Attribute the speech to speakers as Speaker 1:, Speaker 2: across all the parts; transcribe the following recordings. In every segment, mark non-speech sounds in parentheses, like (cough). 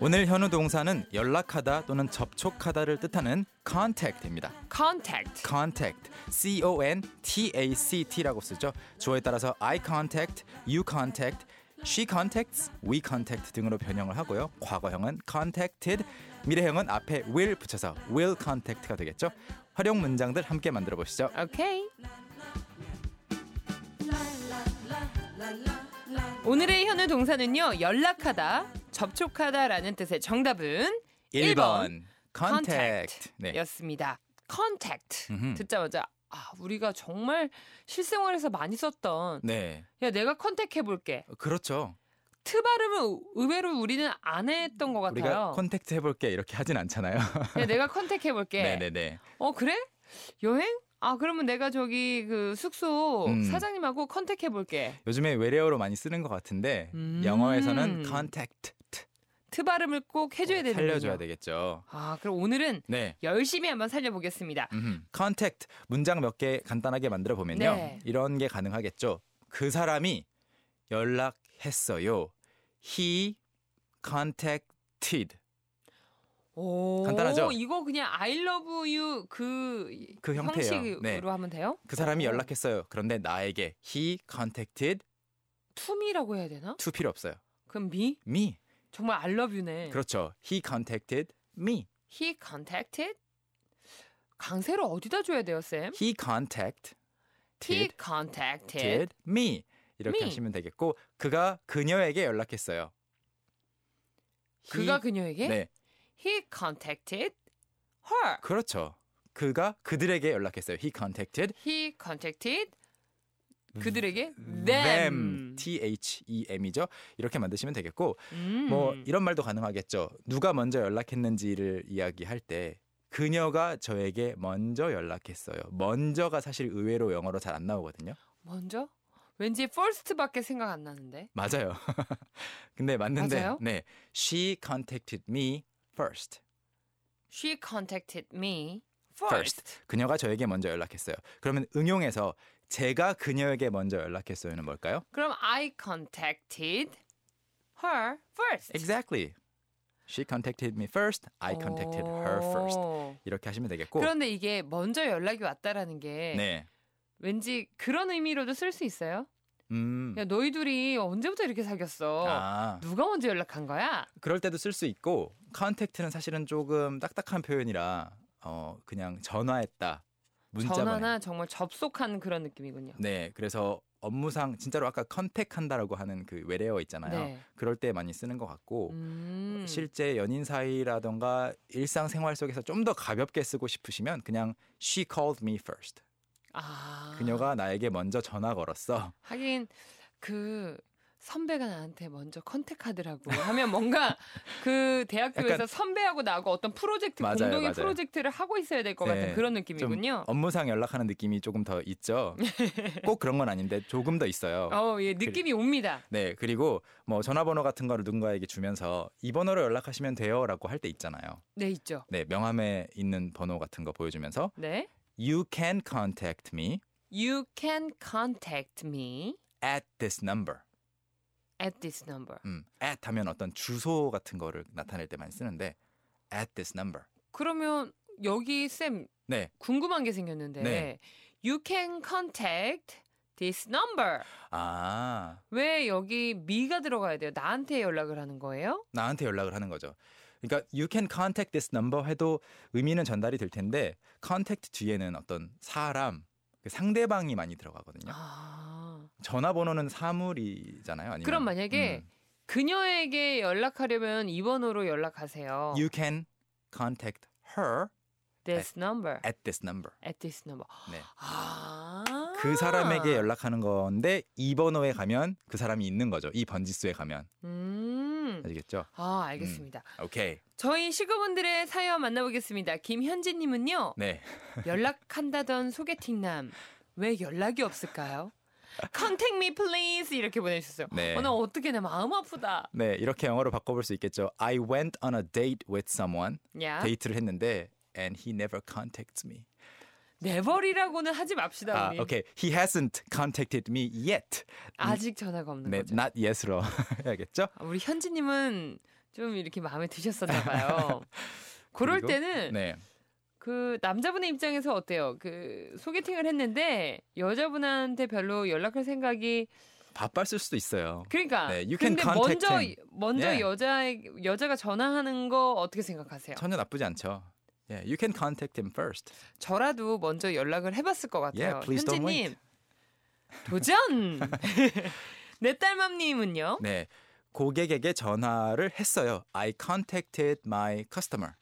Speaker 1: 오늘 현우 동사는 연락하다 또는 접촉하다를 뜻하는 contact입니다.
Speaker 2: contact.
Speaker 1: contact, c o n t a c t라고 쓰죠. 주어에 따라서 eye contact, you contact, she contacts, we contact 등으로 변형을 하고요. 과거형은 contacted, 미래형은 앞에 will 붙여서 will contact가 되겠죠. 활용 문장들 함께 만들어 보시죠.
Speaker 2: 오케이. 오늘의 현우 동사는요. 연락하다, 접촉하다라는 뜻의 정답은 1번
Speaker 1: contact. 네.
Speaker 2: 였습니다. contact
Speaker 1: 음흠.
Speaker 2: 듣자마자 아, 우리가 정말 실생활에서 많이 썼던
Speaker 1: 네.
Speaker 2: 야 내가 컨택해 볼게.
Speaker 1: 그렇죠.
Speaker 2: 트 발음은 의외로 우리는 안 했던 것
Speaker 1: 우리가
Speaker 2: 같아요.
Speaker 1: 컨택트 해볼게 이렇게 하진 않잖아요.
Speaker 2: 야, 내가 컨택해 볼게.
Speaker 1: (laughs) 네네네.
Speaker 2: 어 그래? 여행? 아 그러면 내가 저기 그 숙소
Speaker 1: 음.
Speaker 2: 사장님하고 컨택해 볼게.
Speaker 1: 요즘에 외래어로 많이 쓰는 것 같은데
Speaker 2: 음.
Speaker 1: 영어에서는 contact
Speaker 2: 트 발음을 꼭 해줘야 되는
Speaker 1: 어, 살려줘야 되겠죠.
Speaker 2: 아 그럼 오늘은
Speaker 1: 네.
Speaker 2: 열심히 한번 살려보겠습니다.
Speaker 1: 음. 컨택트 문장 몇 개 간단하게 만들어 보면요.
Speaker 2: 네.
Speaker 1: 이런 게 가능하겠죠. 그 사람이 연락했어요. He contacted.
Speaker 2: 오,
Speaker 1: 간단하죠?
Speaker 2: 이거 그냥 I love you 그,
Speaker 1: 그 형태예요.
Speaker 2: 형식으로
Speaker 1: 네.
Speaker 2: 하면 돼요?
Speaker 1: 그 사람이
Speaker 2: 오.
Speaker 1: 연락했어요. 그런데 나에게 he contacted
Speaker 2: 투미라고 해야 되나?
Speaker 1: to 필요 없어요.
Speaker 2: 그럼 me?
Speaker 1: me.
Speaker 2: 정말 I love you네.
Speaker 1: 그렇죠. he contacted me.
Speaker 2: He contacted. 강세로 어디다 줘야 돼요, 쌤?
Speaker 1: he contacted
Speaker 2: He contacted.
Speaker 1: did me 이렇게
Speaker 2: me.
Speaker 1: 하시면 되겠고 그가 그녀에게 연락했어요.
Speaker 2: 그가
Speaker 1: He-
Speaker 2: 그녀에게
Speaker 1: 네
Speaker 2: He contacted her.
Speaker 1: 그렇죠. 그가 그들에게 연락했어요. He contacted
Speaker 2: He contacted 그들에게
Speaker 1: 음, them
Speaker 2: them.
Speaker 1: T H E M이죠. 이렇게 만드시면 되겠고
Speaker 2: 음.
Speaker 1: 뭐 이런 말도 가능하겠죠. 누가 먼저 연락했는지를 이야기할 때 그녀가 저에게 먼저 연락했어요. 먼저가 사실 의외로 영어로 잘 안 나오거든요.
Speaker 2: 먼저 왠지 first밖에 생각 안 나는데.
Speaker 1: 맞아요. (laughs) 근데 맞는데
Speaker 2: 맞아요?
Speaker 1: 네. She contacted me first.
Speaker 2: She contacted me
Speaker 1: First.
Speaker 2: first.
Speaker 1: 그녀가 저에게 먼저 연락했어요. 그러면 응용해서 제가 그녀에게 먼저 연락했어요는 뭘까요?
Speaker 2: 그럼 I contacted her first.
Speaker 1: Exactly. She contacted me first. I contacted her first.
Speaker 2: 오.
Speaker 1: 이렇게 하시면 되겠고.
Speaker 2: 어. 그런데 이게 먼저 연락이 왔다라는 게
Speaker 1: 네.
Speaker 2: 왠지 그런 의미로도 쓸 수 있어요.
Speaker 1: 음.
Speaker 2: 야 너희 둘이 언제부터 이렇게 사귀었어?
Speaker 1: 아,
Speaker 2: 누가 먼저 연락한 거야?
Speaker 1: 그럴 때도 쓸 수 있고 contact는 사실은 조금 딱딱한 표현이라 어 그냥 전화했다. 문자만.
Speaker 2: 전화나 정말 접속한 그런 느낌이군요.
Speaker 1: 네. 그래서 업무상 진짜로 아까 컨택한다라고 하는 그 외래어 있잖아요.
Speaker 2: 네.
Speaker 1: 그럴 때 많이 쓰는 것 같고
Speaker 2: 음.
Speaker 1: 실제 연인 사이라던가 일상생활 속에서 좀 더 가볍게 쓰고 싶으시면 그냥 she called me first.
Speaker 2: 아.
Speaker 1: 그녀가 나에게 먼저 전화 걸었어.
Speaker 2: 하긴 그 선배가 나한테 먼저 컨택하더라고 하면 뭔가 그 대학교에서
Speaker 1: 약간-
Speaker 2: 선배하고 나하고 어떤 프로젝트
Speaker 1: 맞아요,
Speaker 2: 공동의
Speaker 1: 맞아요.
Speaker 2: 프로젝트를 하고 있어야 될 것
Speaker 1: 네,
Speaker 2: 같은 그런
Speaker 1: 좀
Speaker 2: 느낌이군요.
Speaker 1: 업무상 연락하는 느낌이 조금 더
Speaker 2: (laughs)
Speaker 1: 있죠. 꼭 그런 건 아닌데 조금 더 있어요. 그
Speaker 2: 어, 예, 느낌이 옵니다.
Speaker 1: 네, 그리고 뭐 전화번호 같은 거를 누군가에게 주면서 이 번호로 연락하시면 돼요라고 할 때 있잖아요.
Speaker 2: 네, 있죠.
Speaker 1: 네, 명함에 있는 번호 같은 거 보여주면서
Speaker 2: 네.
Speaker 1: you can contact me
Speaker 2: You can contact me
Speaker 1: at this number.
Speaker 2: at this number.
Speaker 1: 음, at 하면 어떤 주소 같은 거를 나타낼 때 많이 쓰는데 at this number.
Speaker 2: 그러면 여기 쌤
Speaker 1: 네.
Speaker 2: 궁금한 게 생겼는데
Speaker 1: 네.
Speaker 2: You can contact this number.
Speaker 1: 아,
Speaker 2: 왜 여기 me가 들어가야 돼요? 나한테 연락을 하는 거예요?
Speaker 1: 나한테 연락을 하는 거죠. 그러니까 you can contact this number 해도 의미는 전달이 될 텐데 contact 뒤에는 어떤 사람, 그 상대방이 많이 들어가거든요.
Speaker 2: 아.
Speaker 1: 전화번호는 사물이잖아요. 아니면
Speaker 2: 그럼 만약에
Speaker 1: 음,
Speaker 2: 그녀에게 연락하려면 이 번호로 연락하세요.
Speaker 1: you can contact her 네.
Speaker 2: this number
Speaker 1: at this number.
Speaker 2: at this number.
Speaker 1: 네.
Speaker 2: 아.
Speaker 1: 그 사람에게 연락하는 건데 이 번호에 가면 그 사람이 있는 거죠. 이 번지수에 가면
Speaker 2: 음.
Speaker 1: 알겠죠?
Speaker 2: 아, 알겠습니다.
Speaker 1: 음. 오케이.
Speaker 2: 저희 시그분들의 사연 만나보겠습니다. 김현진 님은요.
Speaker 1: 네.
Speaker 2: 연락한다던 소개팅남 왜 연락이 없을까요? Contact me please 이렇게 보내주셨어요.
Speaker 1: 네.
Speaker 2: 어, 나 어떻게 내 마음 아프다.
Speaker 1: 네, 이렇게 영어로 바꿔 볼수 있겠죠. I went on a date with someone.
Speaker 2: 야.
Speaker 1: 데이트를 했는데 and he never contacts me.
Speaker 2: never이라고는 하지 맙시다
Speaker 1: 아,
Speaker 2: 우리.
Speaker 1: 오케이. He hasn't contacted me yet.
Speaker 2: 아직 전화가 없는
Speaker 1: 네,
Speaker 2: 거죠.
Speaker 1: not yet로 (laughs) 해야겠죠?
Speaker 2: 아, 우리 현지님은 좀 이렇게 마음에 드셨었나
Speaker 1: (laughs)
Speaker 2: 봐요. 그럴
Speaker 1: 그리고?
Speaker 2: 때는
Speaker 1: 네.
Speaker 2: 그 남자분의 입장에서 어때요? 그 소개팅을 했는데 여자분한테 별로 연락할 생각이
Speaker 1: 바빴을 수도 있어요.
Speaker 2: 그러니까
Speaker 1: 네, you can
Speaker 2: 근데
Speaker 1: contact
Speaker 2: 먼저
Speaker 1: him.
Speaker 2: 먼저
Speaker 1: 네.
Speaker 2: 여자 여자가 전화하는 거 어떻게 생각하세요?
Speaker 1: 전혀 나쁘지 않죠. Yeah, you can contact him first.
Speaker 2: 저, 라도 먼저 연락을 해봤을 것 같아요.
Speaker 1: Yeah, please don't
Speaker 2: 현지님
Speaker 1: wait.
Speaker 2: 도전.
Speaker 1: (laughs)
Speaker 2: 내 딸맘님은요?
Speaker 1: 네. 고객에게 전화를 했어요. I contacted my customer.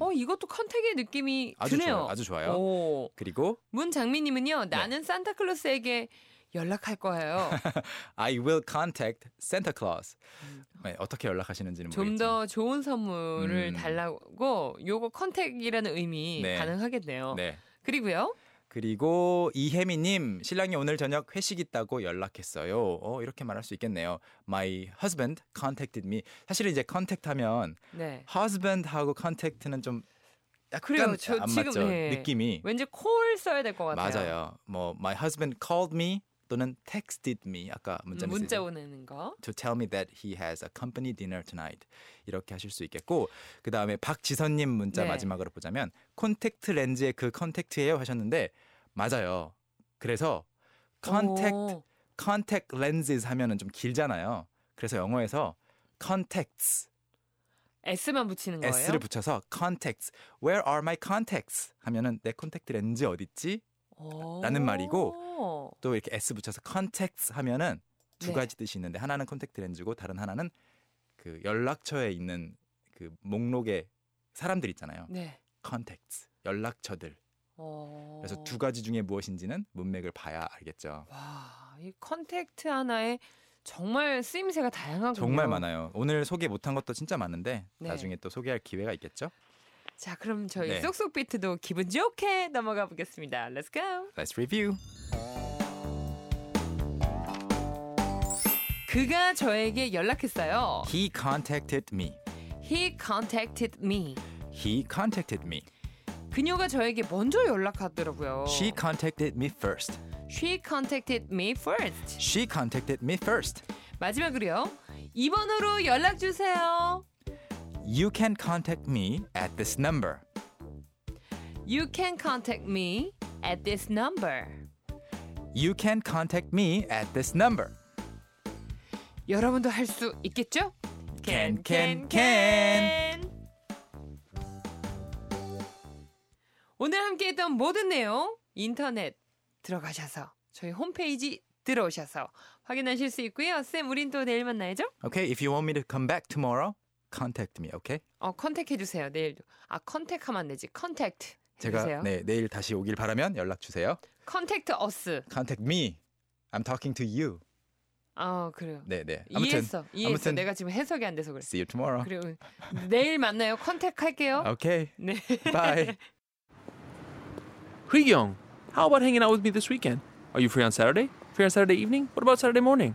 Speaker 2: 어 이것도 컨택의 느낌이
Speaker 1: 아주
Speaker 2: 드네요.
Speaker 1: 좋아요. 아주 좋아요.
Speaker 2: 오.
Speaker 1: 그리고
Speaker 2: 문장미님은요,
Speaker 1: 네.
Speaker 2: 나는 산타클로스에게
Speaker 1: (laughs)
Speaker 2: 연락할 거예요.
Speaker 1: 뭐 I will contact Santa Claus. 네, 어떻게 연락하시는지는
Speaker 2: 음. 좀
Speaker 1: 모르겠지만.
Speaker 2: 더 좋은 선물을
Speaker 1: 음.
Speaker 2: 달라고, 요거 컨택이라는 의미
Speaker 1: 네.
Speaker 2: 가능하겠네요.
Speaker 1: 네.
Speaker 2: 그리고요,
Speaker 1: 그리고 이혜미님 신랑이 오늘 저녁 회식 있다고 연락했어요. 어, 이렇게 말할 수 있겠네요. My husband contacted me. 사실은 이제 컨택하면 (laughs)
Speaker 2: 네.
Speaker 1: husband하고 컨택트는 좀 약간
Speaker 2: 그래요. 저
Speaker 1: 안
Speaker 2: 지금,
Speaker 1: 맞죠
Speaker 2: 네.
Speaker 1: 느낌이
Speaker 2: 왠지 콜 써야 될 것 같아요.
Speaker 1: 맞아요. 뭐 my husband called me 또는 texted me 아까 문자
Speaker 2: 음,
Speaker 1: 메시지
Speaker 2: 문자 보내는 거.
Speaker 1: to tell me that he has a company dinner tonight 이렇게 하실 수 있겠고 그 다음에 박지선님 문자
Speaker 2: 네.
Speaker 1: 마지막으로 보자면 콘택트 렌즈의 그 컨택트예요 하셨는데 맞아요. 그래서 contact
Speaker 2: 오,
Speaker 1: contact lenses 하면은 좀 길잖아요. 그래서 영어에서 contacts
Speaker 2: S만 붙이는 거예요.
Speaker 1: s를 붙여서 contacts where are my contacts 하면은 내 콘택트 렌즈 어딨지
Speaker 2: 오.
Speaker 1: 라는 말이고, 또 이렇게 s 붙여서 contacts 하면은 두
Speaker 2: 네.
Speaker 1: 가지 뜻이 있는데 하나는 컨택트 렌즈고 다른 하나는 그 연락처에 있는 그 목록에 사람들 있잖아요.
Speaker 2: 네.
Speaker 1: 컨택트 연락처들.
Speaker 2: 어.
Speaker 1: 그래서 두 가지 중에 무엇인지는 문맥을 봐야 알겠죠.
Speaker 2: 와, 이 컨택트 하나에 정말 쓰임새가 다양하군요.
Speaker 1: 정말 많아요. 오늘 소개 못한 것도 진짜 많은데
Speaker 2: 네.
Speaker 1: 나중에 또 소개할 기회가 있겠죠.
Speaker 2: 자, 그럼 저희
Speaker 1: 네.
Speaker 2: 쏙쏙 비트도 기분 좋게 넘어가 보겠습니다. Let's go.
Speaker 1: Let's review.
Speaker 2: 그가 저에게 연락했어요.
Speaker 1: He contacted me.
Speaker 2: He contacted me.
Speaker 1: He contacted me.
Speaker 2: 그녀가 저에게 먼저 연락하더라고요.
Speaker 1: She contacted me first.
Speaker 2: She contacted me first.
Speaker 1: She contacted me first.
Speaker 2: 마지막으로요. 이번호로 연락 주세요.
Speaker 1: You can contact me at this number.
Speaker 2: You can contact me at this number.
Speaker 1: You can contact me at this number.
Speaker 2: 여러분도 할 수 있겠죠?
Speaker 1: Can, can,
Speaker 2: can. 오늘 함께했던 모든 내용 인터넷 들어가셔서 저희 홈페이지 들어오셔서 확인하실 수 있고요. 쌤, 우린 또 내일 만나야죠?
Speaker 1: Okay, if you want me to come back tomorrow, contact me, okay?
Speaker 2: 어, 컨택해 주세요. 내일. 아, 컨택하면 안 되지. 컨택트 해
Speaker 1: 제가
Speaker 2: 주세요.
Speaker 1: 네, 내일 다시 오길 바라면 연락 주세요.
Speaker 2: 컨택트 어스.
Speaker 1: Contact me. I'm talking to you.
Speaker 2: 아, 그래요.
Speaker 1: 네, 네. 아무튼
Speaker 2: 이해했어. 이해했어.
Speaker 1: 아무튼. 어.
Speaker 2: 내가 지금 해석이 안 돼서 그래.
Speaker 1: see you tomorrow.
Speaker 2: 그리고 내일 만나요. 컨택할게요.
Speaker 1: Okay.
Speaker 2: 네.
Speaker 1: Bye.
Speaker 3: Young, how about hanging out with me this weekend? Are you free on Saturday? Free on Saturday evening? What about Saturday morning?